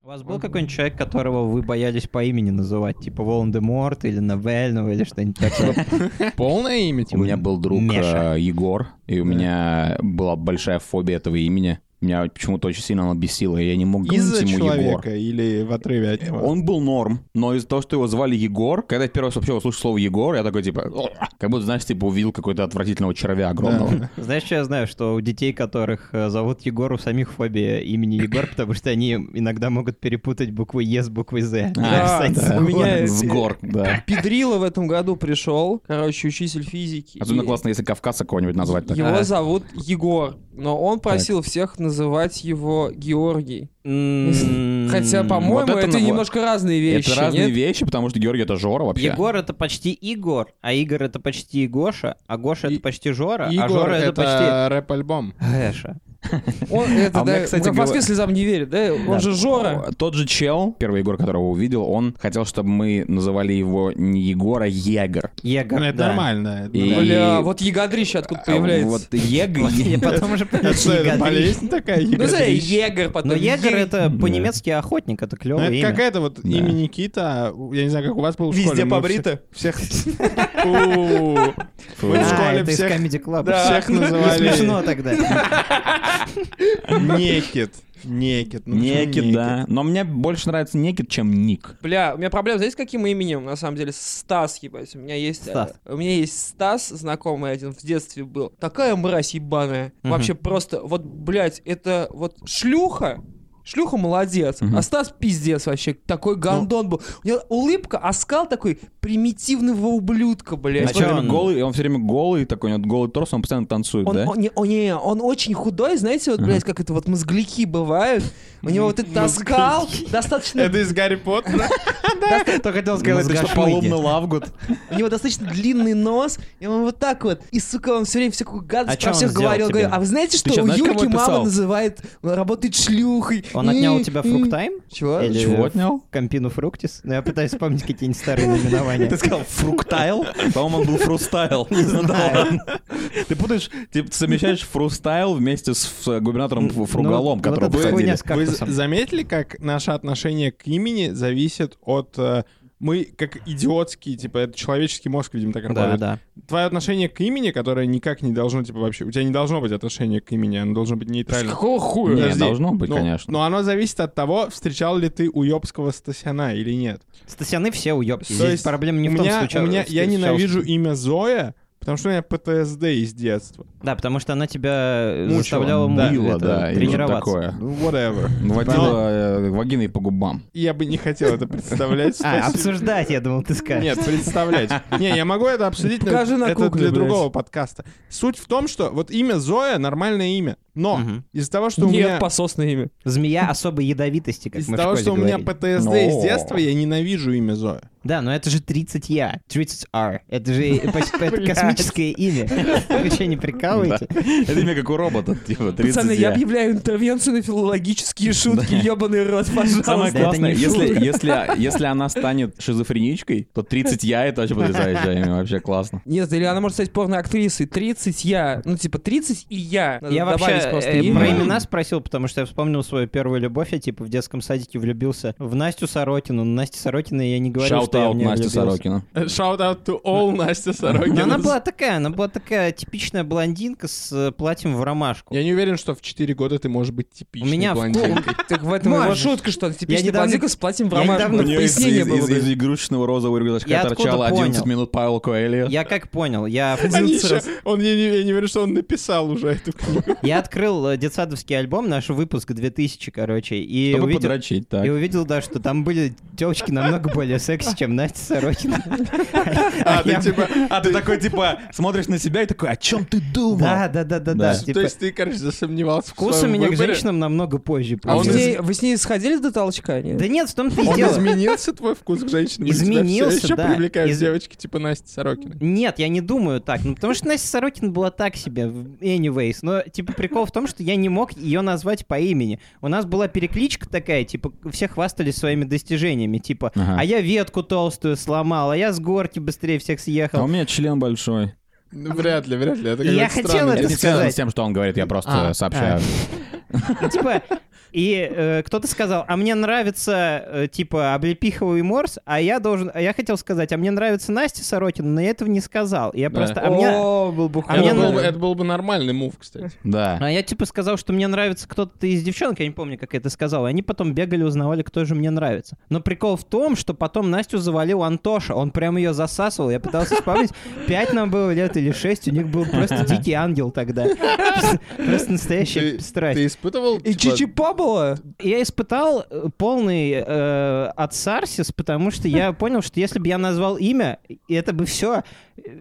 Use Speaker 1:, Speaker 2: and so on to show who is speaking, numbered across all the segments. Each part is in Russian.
Speaker 1: У вас был какой-нибудь человек, которого вы боялись по имени называть? Типа Волан-де-Морт или Новельного или что-нибудь такое?
Speaker 2: Полное имя?
Speaker 3: У меня был друг
Speaker 1: Меша.
Speaker 3: э, Егор, и у
Speaker 2: Да.
Speaker 3: меня была большая фобия этого имени. Меня почему-то очень сильно оно бесило, и я не мог
Speaker 2: Из-за
Speaker 3: говорить ему Егор.
Speaker 2: человека типа. или в отрыве от него?
Speaker 3: Он был норм, но из-за того, что его звали Егор, когда я первый раз вообще услышал слово Егор, я такой типа, «Ох!» как будто, знаешь, типа увидел какой-то отвратительного червя огромного.
Speaker 2: Да.
Speaker 1: Знаешь, что я знаю? Что у детей, которых э, зовут Егор, у самих фобия имени Егор, потому что они иногда могут перепутать букву Е с буквой З.
Speaker 3: Да,
Speaker 1: Написать
Speaker 2: да.
Speaker 1: с гор.
Speaker 2: У
Speaker 4: меня-
Speaker 3: С гор, да.
Speaker 4: Педрила в этом году пришел, короче, учитель физики.
Speaker 3: Особенно
Speaker 4: и
Speaker 3: классно, если Кавказа кого-нибудь назвать так.
Speaker 4: Его
Speaker 1: А.
Speaker 4: зовут Егор, но он просил всех называть его Георгий.
Speaker 1: М,
Speaker 4: Хотя, по-моему,
Speaker 3: вот это
Speaker 4: это,
Speaker 3: на-
Speaker 4: немножко разные вещи.
Speaker 3: Это разные
Speaker 4: нет?
Speaker 3: вещи, потому что Георгий — это Жора вообще.
Speaker 1: Егор это почти Игорь, а Игорь это почти Гоша, а Гоша
Speaker 2: И-
Speaker 1: это почти Жора, а
Speaker 2: Егор —
Speaker 1: Жора это почти
Speaker 2: это рэп-альбом.
Speaker 1: Гэша.
Speaker 4: Он, это,
Speaker 3: А у меня,
Speaker 4: да,
Speaker 3: кстати,
Speaker 4: в Москве
Speaker 3: говор-
Speaker 4: слезам не верит, да? Он
Speaker 1: Да.
Speaker 4: же Жора.
Speaker 3: Тот же чел, первый Егор, которого увидел, он хотел, чтобы мы называли его не Егор, а Егор.
Speaker 1: Егор,
Speaker 2: Ну, Это
Speaker 1: да.
Speaker 2: нормально. Ну, это
Speaker 3: И-
Speaker 2: нормально.
Speaker 4: Бля, вот ягодрище откуда появляется.
Speaker 3: А Вот Егор...
Speaker 1: Я потом уже
Speaker 2: Это что, это
Speaker 1: Ягодрич.
Speaker 2: болезнь такая?
Speaker 4: Ну, смотри,
Speaker 2: ягодрич?
Speaker 4: Егор потом.
Speaker 1: Но Ну, Егор
Speaker 4: Е-
Speaker 1: это
Speaker 3: Да.
Speaker 1: по-немецки охотник, это
Speaker 2: Ну,
Speaker 1: клевое
Speaker 2: это
Speaker 1: имя.
Speaker 2: как это вот
Speaker 3: Да.
Speaker 2: имя Никита, у- я не знаю, как у вас был в школе.
Speaker 4: Везде
Speaker 2: мы
Speaker 4: побрито.
Speaker 2: все- Всех... У,
Speaker 3: Фу.
Speaker 2: Мы в
Speaker 1: А,
Speaker 2: школе
Speaker 1: это из
Speaker 2: всех- Ну,
Speaker 1: Comedy Club.
Speaker 4: Да.
Speaker 2: Всех
Speaker 1: Не
Speaker 2: называли
Speaker 1: смешно тогда.
Speaker 2: Некит. Некит. Ну, почему
Speaker 3: Некит, да. Но мне больше нравится Некит, чем Ник.
Speaker 4: Бля, у меня проблема, знаете, с каким именем, на самом деле, Стас, ебать, у меня есть... э,
Speaker 1: Стас.
Speaker 4: у меня есть Стас, знакомый один, в детстве был. Такая мразь ебаная.
Speaker 1: Мгм.
Speaker 4: Вообще просто, вот, блядь, это вот шлюха, Шлюха молодец,
Speaker 3: Мгм.
Speaker 4: а Стас пиздец вообще, такой
Speaker 1: Ну.
Speaker 4: гандон был. У него улыбка, а скал такой примитивного ублюдка,
Speaker 1: А
Speaker 4: блядь.
Speaker 3: Он
Speaker 1: чё
Speaker 3: все время
Speaker 1: он?
Speaker 3: голый, он все время голый такой, у него голый торс, он постоянно танцует,
Speaker 4: Он,
Speaker 3: да?
Speaker 4: он не, он, не, он очень худой, знаете, вот,
Speaker 3: Ага.
Speaker 4: блядь, как это вот мозгляки бывают. У него вот этот оскал достаточно...
Speaker 2: Некит? Это из Гарри Поттера?
Speaker 1: Кто хотел
Speaker 3: Лавгуд.
Speaker 4: У него достаточно длинный нос, и он вот так вот. И, сука, он все время всякую
Speaker 1: А
Speaker 4: гадость
Speaker 1: чё
Speaker 4: про
Speaker 1: он
Speaker 4: всех
Speaker 1: сделал
Speaker 4: говорил.
Speaker 1: тебе?
Speaker 4: говорил. А вы знаете, что
Speaker 3: щас
Speaker 4: у
Speaker 3: знаешь, кого
Speaker 4: Юльки
Speaker 3: писал?
Speaker 4: мама называет, э, работает шлюхой.
Speaker 1: Он отнял у
Speaker 4: М,
Speaker 1: тебя
Speaker 4: м.
Speaker 1: фруктайм?
Speaker 4: Чего?
Speaker 1: Или
Speaker 3: Чего отнял?
Speaker 1: Компину фруктис? Ну, я пытаюсь вспомнить какие-нибудь старые наименования.
Speaker 3: Ты сказал фруктайл? По-моему, он был фрустайл. Ты путаешь, ты совмещаешь фрустайл вместе с ф- губернатором
Speaker 1: Ну,
Speaker 3: Ф- Фругалом,
Speaker 1: вот
Speaker 3: которого
Speaker 1: эта
Speaker 3: посадили.
Speaker 1: хуйня с
Speaker 2: Вы
Speaker 1: кактусом.
Speaker 2: заметили, как наше отношение к имени зависит от... э, Мы как идиотские, типа, это человеческий мозг, видимо, так
Speaker 1: Да,
Speaker 2: работает.
Speaker 1: да.
Speaker 2: Твое отношение к имени, которое никак не должно, типа, вообще... У тебя не должно быть отношения к имени, оно должно быть нейтральным.
Speaker 4: Какого хуя?
Speaker 3: Не,
Speaker 2: Подожди.
Speaker 3: должно быть,
Speaker 2: Ну,
Speaker 3: конечно.
Speaker 2: Но оно зависит от того, встречал ли ты уебского Стасяна или нет.
Speaker 1: Стасяны все уебки.
Speaker 2: То
Speaker 1: Здесь
Speaker 2: есть
Speaker 1: проблема не
Speaker 2: у
Speaker 1: в том,
Speaker 2: меня,
Speaker 1: случае-
Speaker 2: у меня,
Speaker 1: в-
Speaker 2: я
Speaker 1: в- в-
Speaker 2: ненавижу имя Зоя, потому что у меня ПТСД из детства.
Speaker 1: Да, потому что она тебя э,
Speaker 2: Мучила,
Speaker 1: заставляла му-
Speaker 2: да.
Speaker 3: Мыло,
Speaker 1: это,
Speaker 3: да, или что
Speaker 1: тренироваться.
Speaker 3: такое.
Speaker 2: Ну, whatever.
Speaker 3: Водила э, вагиной по губам.
Speaker 2: Я бы не хотел это представлять.
Speaker 1: А,
Speaker 2: спасибо.
Speaker 1: обсуждать, я думал, ты скажешь.
Speaker 2: Нет, представлять. Не, я могу это обсудить, но
Speaker 4: Покажи на
Speaker 2: это
Speaker 4: кукле,
Speaker 2: для
Speaker 4: блядь.
Speaker 2: другого подкаста. Суть в том, что вот имя Зоя нормальное имя, но
Speaker 1: Мгм.
Speaker 2: из-за того, что у
Speaker 4: Нет,
Speaker 2: меня
Speaker 4: пососное имя.
Speaker 1: Змея особой ядовитости, как
Speaker 2: из
Speaker 1: мы в
Speaker 2: того,
Speaker 1: школе
Speaker 2: что у меня
Speaker 1: говорили.
Speaker 2: ПТСД
Speaker 3: Но.
Speaker 2: из детства, я ненавижу имя Зоя.
Speaker 1: Да, но это же 30 я, 30 R. Это же э, поч- это космическое имя. Вы что, не прикалываете?
Speaker 3: Это имя как у робота, типа 30
Speaker 4: Пацаны, я
Speaker 3: я.
Speaker 4: объявляю интервенцию на филологические шутки, ебаный рот,
Speaker 3: Самое
Speaker 1: Да, это
Speaker 4: пожалуйста.
Speaker 3: классное,
Speaker 1: не
Speaker 3: если,
Speaker 1: шутка.
Speaker 3: если, если она станет шизофреничкой, то 30 я это вообще потрясающее имя, вообще классно.
Speaker 4: Нет, или она может стать порно-актрисой. 30 я. Ну, типа, 30 и я. Надо
Speaker 1: Я
Speaker 4: добавить
Speaker 1: вообще
Speaker 4: просто
Speaker 1: э,
Speaker 4: имя.
Speaker 1: про имена спросил, потому что я вспомнил свою первую любовь. Я типа в детском садике влюбился в Настю Сорокину. Но Настя Сорокина я не говорил, что я в
Speaker 3: Шаут-аут
Speaker 1: нее
Speaker 3: Настя
Speaker 1: влюбился.
Speaker 3: Сорокина.
Speaker 2: Shout out to all Настя
Speaker 1: Но
Speaker 2: Сорокина.
Speaker 1: она была такая, она была такая типичная блондинка с э, платьем в ромашку.
Speaker 2: Я не уверен, что в 4 года ты можешь быть типичной
Speaker 1: меня в
Speaker 2: блондинкой.
Speaker 4: Ну, Так в этом его
Speaker 1: Можешь.
Speaker 4: шутка, что
Speaker 1: Я
Speaker 4: типичный
Speaker 1: недавно-
Speaker 4: блондинка с платьем в
Speaker 1: я
Speaker 4: ромашку.
Speaker 1: недавно
Speaker 3: У нее из,
Speaker 4: Пояснение
Speaker 3: из-
Speaker 4: было
Speaker 3: из-
Speaker 4: бы.
Speaker 3: из игрушечного розового рюкзачка
Speaker 1: Я откуда
Speaker 3: торчало 11
Speaker 1: понял?
Speaker 3: минут Павел Коэльо.
Speaker 1: Я как понял, я,
Speaker 2: Они еще- он, я, не, я не верю, что он написал уже эту книгу.
Speaker 1: я открыл э, детсадовский альбом, наш выпуск 2000, короче, и
Speaker 3: Чтобы
Speaker 1: увидел,
Speaker 3: подрочить, так.
Speaker 1: И увидел, да, что там были девочки намного более секси, чем Настя Сорокина.
Speaker 2: А, ты типа...
Speaker 3: А ты такой, типа, смотришь на себя и такой, о чем ты думал?
Speaker 1: Да, да, да, да, да.
Speaker 3: Да.
Speaker 2: То
Speaker 1: типа,
Speaker 2: есть ты, короче, засомневался в
Speaker 1: Вкус у
Speaker 2: своем
Speaker 1: меня к
Speaker 2: выборе?
Speaker 1: женщинам намного позже.
Speaker 4: А
Speaker 2: Он
Speaker 4: вы с
Speaker 1: появился.
Speaker 2: из-
Speaker 4: ней- вы с ней сходили до толчка? Нет?
Speaker 1: Да нет, в том-то и
Speaker 2: Он
Speaker 1: дело.
Speaker 2: изменился, твой вкус к женщинам?
Speaker 1: Изменился,
Speaker 2: еще
Speaker 1: да.
Speaker 2: привлекают
Speaker 1: Из-
Speaker 2: девочки типа Насти Сорокиной.
Speaker 1: Нет, я не думаю так. Ну, потому что Настя Сорокина была так себе, в- anyways. Но, типа, прикол в том, что я не мог ее назвать по имени. У нас была перекличка такая, типа, все хвастались своими достижениями. Типа,
Speaker 3: Ага.
Speaker 1: а я ветку толстую сломал, а я с горки быстрее всех съехал.
Speaker 3: А у меня член большой.
Speaker 2: Ну, вряд ли, вряд ли. Это
Speaker 1: Я хотел
Speaker 2: какой-то странный
Speaker 1: это
Speaker 3: Это не связано
Speaker 1: сказать.
Speaker 3: с тем, что он говорит, я просто
Speaker 2: А,
Speaker 3: сообщаю.
Speaker 1: Ну, Типа, и э, кто-то сказал, а мне нравится, э, типа, облепиховый морс, а я должен, а я хотел сказать, а мне нравится Настя Сорокина, но я этого не сказал. Я
Speaker 3: Да.
Speaker 1: просто, а мне...
Speaker 4: был бы
Speaker 1: а
Speaker 2: это,
Speaker 1: мне
Speaker 2: был, бы-
Speaker 1: нравится.
Speaker 2: это был бы нормальный мув, кстати.
Speaker 3: Да.
Speaker 1: А я типа сказал, что мне нравится кто-то из девчонок, я не помню, как я это сказал. И они потом бегали, узнавали, кто же мне нравится. Но прикол в том, что потом Настю завалил Антоша. Он прям ее засасывал. Я пытался вспомнить. Пять нам было лет или шесть. У них был просто дикий ангел тогда. Просто настоящая
Speaker 2: Ты,
Speaker 1: страсть.
Speaker 2: ты испытывал...
Speaker 4: И
Speaker 2: типа,
Speaker 4: Чичипа была?
Speaker 1: Я испытал э, полный э, отсарсис, потому что я понял, что если бы я назвал имя, и это бы все.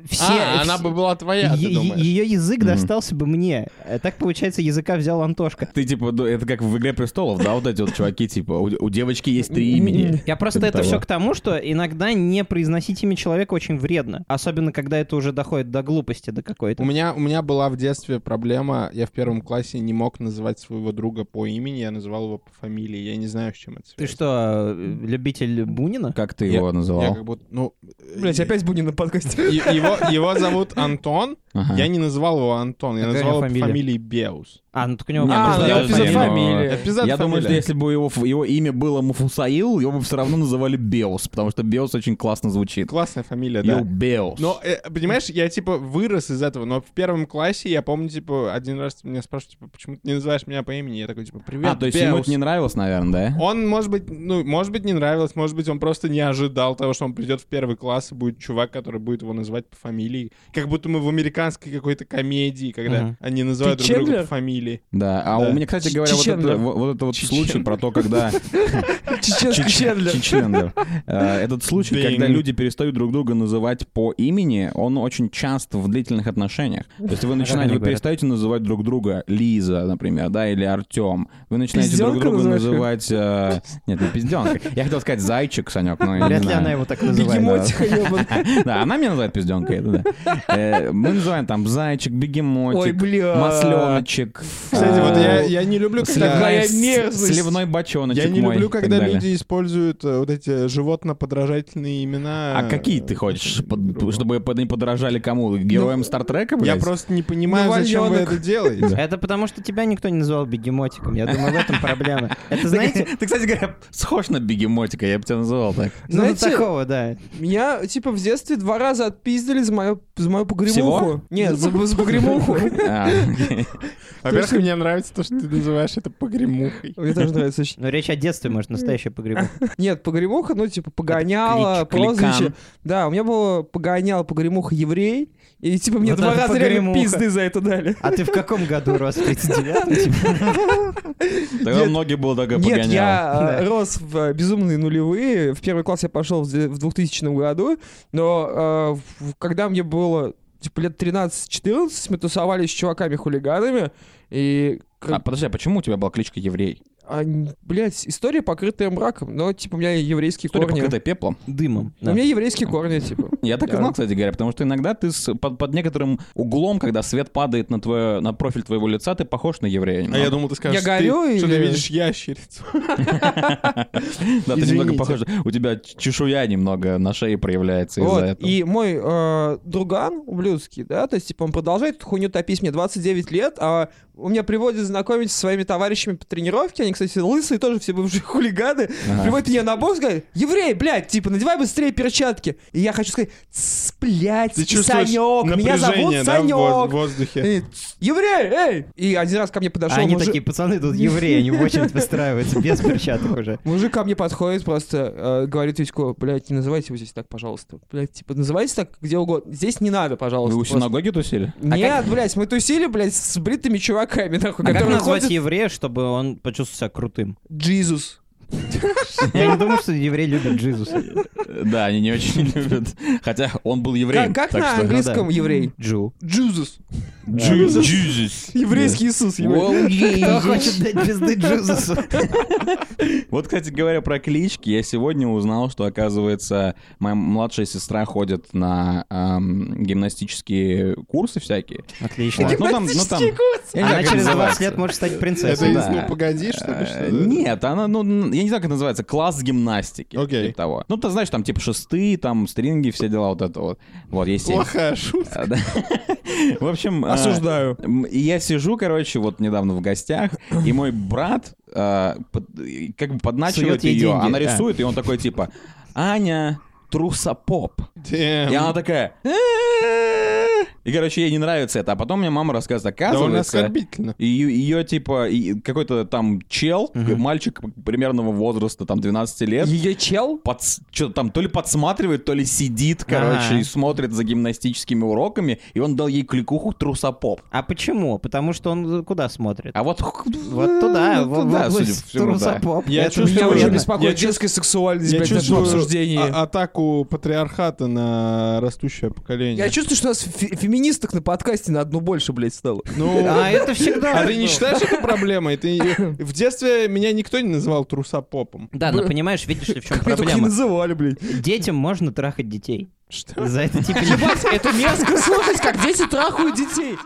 Speaker 1: все
Speaker 2: А, она
Speaker 1: вс-
Speaker 2: бы была твоя, ты
Speaker 1: е-
Speaker 2: думаешь?
Speaker 1: Ее язык
Speaker 3: Мгм.
Speaker 1: достался бы мне. А Так, получается, языка взял Антошка.
Speaker 3: Ты типа, ну, это как в «Игре престолов», да, вот эти вот чуваки, типа, у, у девочки есть три имени.
Speaker 1: Я просто
Speaker 3: Типа
Speaker 1: это
Speaker 3: того.
Speaker 1: все к тому, что иногда не произносить имя человека очень вредно. Особенно, когда это уже доходит до глупости, до
Speaker 2: У
Speaker 1: какой-то.
Speaker 2: меня, у меня была в детстве проблема, я в первом классе не мог называть своего друга по имени, я называл его по фамилии, я не знаю, с чем это
Speaker 1: Ты
Speaker 2: связано.
Speaker 1: что, э, любитель Бунина?
Speaker 3: Как ты
Speaker 2: Я-
Speaker 3: его
Speaker 2: Я
Speaker 3: называл?
Speaker 2: как будто, ну... э,
Speaker 4: Блять, опять Бунин на подкасте.
Speaker 2: е- Его, его зовут Антон,
Speaker 3: Ага.
Speaker 2: я не называл его Антон, я
Speaker 1: Какая у
Speaker 2: называл
Speaker 1: него
Speaker 2: его по
Speaker 1: фамилия?
Speaker 2: фамилии Беус.
Speaker 1: А, ну так у него
Speaker 3: Не,
Speaker 1: просто
Speaker 3: просто
Speaker 4: ну,
Speaker 1: даже
Speaker 4: я эпизод
Speaker 1: фамилия.
Speaker 3: фамилию.
Speaker 4: фамилия.
Speaker 2: Эпизод
Speaker 3: Э, Я думаю, что
Speaker 2: фамилия.
Speaker 3: если бы его, ф- его имя было Муфусаил, его бы все равно называли Беус, потому что Беус очень классно звучит.
Speaker 2: Классная фамилия, да.
Speaker 3: Йоу, Беус.
Speaker 2: Но, э, понимаешь, я, типа, вырос из этого, но в первом классе, я помню, типа, один раз меня спрашивают, типа, почему ты не называешь меня по имени? Я такой, типа, привет,
Speaker 3: а, то есть ему
Speaker 2: Беус».
Speaker 3: это не нравилось, наверное, да?
Speaker 2: Он, может быть, ну, может быть, не нравилось, может быть, он просто не ожидал того, что он придет в первый класс и будет чувак, который будет его называть по фамилии. Как будто мы в американской какой-то комедии, когда
Speaker 1: Мгм.
Speaker 2: они называют
Speaker 4: Ты
Speaker 2: друг друга
Speaker 4: Чендлер?
Speaker 2: по фамилии.
Speaker 3: Да. А у
Speaker 2: Да.
Speaker 3: меня, кстати говоря, вот
Speaker 4: Чеченлер.
Speaker 3: это, вот, вот это вот
Speaker 2: Чеченлер.
Speaker 3: случай про то, когда...
Speaker 4: Чеченский Чендлер.
Speaker 3: Чеченлер. Э, Этот случай,
Speaker 2: Блин.
Speaker 3: когда люди перестают друг друга называть по имени, он очень часто в длительных отношениях. То есть вы начинаете,
Speaker 1: они
Speaker 3: вы
Speaker 1: говорят?
Speaker 3: перестаете называть друг друга Лиза, например, да, или Артем. Вы начинаете друг
Speaker 4: Пиздёнка
Speaker 3: друга
Speaker 4: называешь
Speaker 3: называть... э, Нет, не пизденка. Я хотел сказать зайчик, Санек, но я не
Speaker 1: Вряд ли
Speaker 3: знаю.
Speaker 1: она его так называет.
Speaker 4: Бегемотиха, ебаный.
Speaker 3: Да, она меня называет пизденкой, это да. Э, Мы называем там зайчик,
Speaker 4: Ой,
Speaker 3: бегемотик,
Speaker 4: бля.
Speaker 3: масленочек.
Speaker 2: Кстати,
Speaker 3: э,
Speaker 2: вот я, я не люблю, когда...
Speaker 4: Какая
Speaker 3: сливная-
Speaker 4: мерзость.
Speaker 3: Сливной бочоночек
Speaker 2: Я не
Speaker 3: мой,
Speaker 2: люблю,
Speaker 3: и так
Speaker 2: когда
Speaker 3: далее.
Speaker 2: люди используют э, вот эти животно-подражательные имена.
Speaker 3: А какие ты хочешь, под- чтобы под- не подражали кому? Героям Стартрека,
Speaker 2: Ну, Э, Я
Speaker 3: блядь?
Speaker 2: просто не понимаю,
Speaker 4: Ну,
Speaker 2: зачем вы
Speaker 4: валёнок.
Speaker 2: это делаете.
Speaker 1: Это потому, что тебя никто не называл бегемотиком. Я думаю, в этом проблема. Это, знаете,
Speaker 3: Ты, кстати говоря, схож на бегемотика, я бы тебя называл так.
Speaker 1: ну, до
Speaker 4: Знаете-
Speaker 1: такого, да.
Speaker 4: Меня, типа, в детстве два раза отпиздили за мою, за мою погремуху.
Speaker 3: Всего?
Speaker 4: Нет, за, за погремуху.
Speaker 3: А, окей.
Speaker 2: Во-первых, мне нравится то, что ты называешь это погремухой.
Speaker 4: Мне тоже нравится очень.
Speaker 1: Но Ну, речь о детстве, может, настоящая погреба.
Speaker 4: Нет, погремуха, ну, типа, погоняла,
Speaker 3: клич- кликан.
Speaker 4: прозвище. Да, у меня было погоняла погремуха еврей. И, типа, мне
Speaker 1: Вот
Speaker 4: два
Speaker 1: это
Speaker 4: раза реально
Speaker 1: погремуха.
Speaker 4: пизды за это дали.
Speaker 1: А ты в каком году рос? В 39-м? типа?
Speaker 3: Тогда
Speaker 4: Нет.
Speaker 3: многие было только
Speaker 4: Нет,
Speaker 3: погоняло.
Speaker 4: я э, рос в э, безумные нулевые. В первый класс я пошел в д- в 2000 году, но э, в- когда мне было типа лет 13-14, мы тусовались с чуваками-хулиганами, и...
Speaker 3: А, подожди, а почему у тебя была кличка еврей?
Speaker 4: блять, история покрытая мраком, но, типа, у меня еврейские
Speaker 3: История
Speaker 4: корни.
Speaker 3: покрытая пеплом.
Speaker 1: Дымом.
Speaker 4: У
Speaker 1: да.
Speaker 4: меня еврейские корни, типа.
Speaker 3: Я так и
Speaker 4: Да.
Speaker 3: знал, кстати говоря, потому что иногда ты с- под, под некоторым углом, когда свет падает на, твое, на профиль твоего лица, ты похож на еврея.
Speaker 2: А
Speaker 3: немного.
Speaker 2: я думал, ты скажешь,
Speaker 4: Я горю
Speaker 2: ты- что ты
Speaker 4: или-
Speaker 2: видишь ящерицу.
Speaker 3: Да, ты
Speaker 2: Извините.
Speaker 3: немного похож. У тебя ч- чешуя немного на шее проявляется из-за
Speaker 4: Вот,
Speaker 3: этого.
Speaker 4: и мой э, друган ублюдский, да, то есть, типа, он продолжает эту хуйню топить, мне 29 лет, а у меня приводит знакомить со своими товарищами по тренировке, они, кстати, лысые тоже, все бывшие хулиганы,
Speaker 3: Ага.
Speaker 4: приводит меня на бокс, говорит, еврей, блядь, типа, надевай быстрее перчатки. И я хочу сказать, «Тсс, блядь,
Speaker 2: Ты чувствуешь
Speaker 4: Санек, меня зовут
Speaker 2: напряжение, да, в воз- в
Speaker 4: Санек.
Speaker 2: воздухе.
Speaker 4: И, «Тсс, Еврей, эй! И один раз ко мне
Speaker 1: А
Speaker 4: подошел
Speaker 1: они
Speaker 4: мужик,
Speaker 1: такие, пацаны, тут евреи, они в очередь выстраиваются, без перчаток уже.
Speaker 4: Мужик ко мне подходит, просто э, говорит Витько, блядь, не называйте его здесь так, пожалуйста. Блядь, типа, называйте так где угодно. Здесь не надо, пожалуйста.
Speaker 3: Вы у
Speaker 4: просто».
Speaker 3: синагоги тусили?
Speaker 4: Нет, блядь, мы тусили, блядь, с бритыми чуваками, нахуй,
Speaker 1: А как
Speaker 4: которые
Speaker 1: назвать
Speaker 4: ходят-
Speaker 1: еврея, чтобы он почувствовал себя крутым?
Speaker 4: Джизус.
Speaker 1: Я не думаю, что евреи любят Джизуса.
Speaker 3: Да, они не очень любят. Хотя он был евреем.
Speaker 4: Как, как
Speaker 3: так
Speaker 4: на
Speaker 3: что-
Speaker 4: английском
Speaker 1: ну да.
Speaker 4: еврей?
Speaker 1: Джу.
Speaker 4: Джизус.
Speaker 3: Jesus. Jesus.
Speaker 4: Еврейский Иисус.
Speaker 3: Да.
Speaker 4: еврей.
Speaker 1: Кто хочет дать пизды Джизусу?
Speaker 3: Вот, кстати говоря, про клички, я сегодня узнал, что, оказывается, моя младшая сестра ходит на эм, гимнастические курсы всякие.
Speaker 1: Отлично.
Speaker 3: Ну, там- ну, там-
Speaker 4: Гимнастический курс.
Speaker 3: Я не
Speaker 1: Она
Speaker 3: знаю, как
Speaker 1: через 20
Speaker 3: называется.
Speaker 1: лет может стать
Speaker 2: Это
Speaker 1: принцессой.
Speaker 2: из
Speaker 3: Да.
Speaker 2: «Ну, погоди», что ли? что
Speaker 3: Э,
Speaker 2: ли?
Speaker 3: Нет, она, ну, н- я не знаю, как это называется, класс гимнастики.
Speaker 2: Окей.
Speaker 3: Типа того. Ну, ты
Speaker 2: а
Speaker 3: знаешь, там, типа, шесты, там, стринги, все дела вот это вот. Вот, есть сеть.
Speaker 2: Плохая шутка.
Speaker 3: А, да. В общем... а,
Speaker 4: Осуждаю.
Speaker 3: М, и Я сижу, короче, вот недавно в гостях, и мой брат э, под- и как бы подначивает
Speaker 1: Сует ей
Speaker 3: ее,
Speaker 1: деньги, А.
Speaker 3: она
Speaker 1: да.
Speaker 3: рисует, и он такой типа, Аня, трусопоп. И
Speaker 1: Эм.
Speaker 2: Damn.
Speaker 3: она такая... «Э-э-э». И, короче, ей не нравится это. А потом мне мама рассказывает,
Speaker 2: Довольно
Speaker 3: оказывается...
Speaker 2: оскорбительно.
Speaker 3: Ее, типа, и какой-то там чел, мальчик примерного возраста, там, 12 лет,
Speaker 4: Ее чел?
Speaker 3: что-то там то ли подсматривает, то ли сидит, короче,
Speaker 1: Ага.
Speaker 3: и смотрит за гимнастическими уроками, и он дал ей кликуху трусопоп.
Speaker 1: А почему? Потому что он куда смотрит?
Speaker 3: А вот...
Speaker 1: Вот туда, в в
Speaker 3: Ну, судя
Speaker 1: область
Speaker 3: по всему, да.
Speaker 1: трусопоп.
Speaker 2: Я
Speaker 1: Это меня
Speaker 2: чувствую,
Speaker 4: Меня уже
Speaker 2: Серьезно?
Speaker 1: вредно.
Speaker 2: Я
Speaker 4: беспокоит
Speaker 2: чувствую-
Speaker 4: детская сексуальность, блядь, в этом обсуждении.
Speaker 2: а- атаку патриархата на растущее поколение.
Speaker 4: а, Я чувствую, что у нас фе- феминисток на подкасте на одну больше, блядь, стало.
Speaker 2: Ну,
Speaker 1: А это всегда.
Speaker 2: а ты не считаешь это проблемой? Ты... В детстве меня никто не называл трусопопом.
Speaker 1: Да, но понимаешь, видишь ли, в чем
Speaker 4: Как меня только не
Speaker 1: проблема?
Speaker 4: называли, блядь.
Speaker 1: Детям можно трахать детей.
Speaker 2: Что?
Speaker 1: За это типа
Speaker 4: Ебать, это мерзко слушать, как дети трахают детей.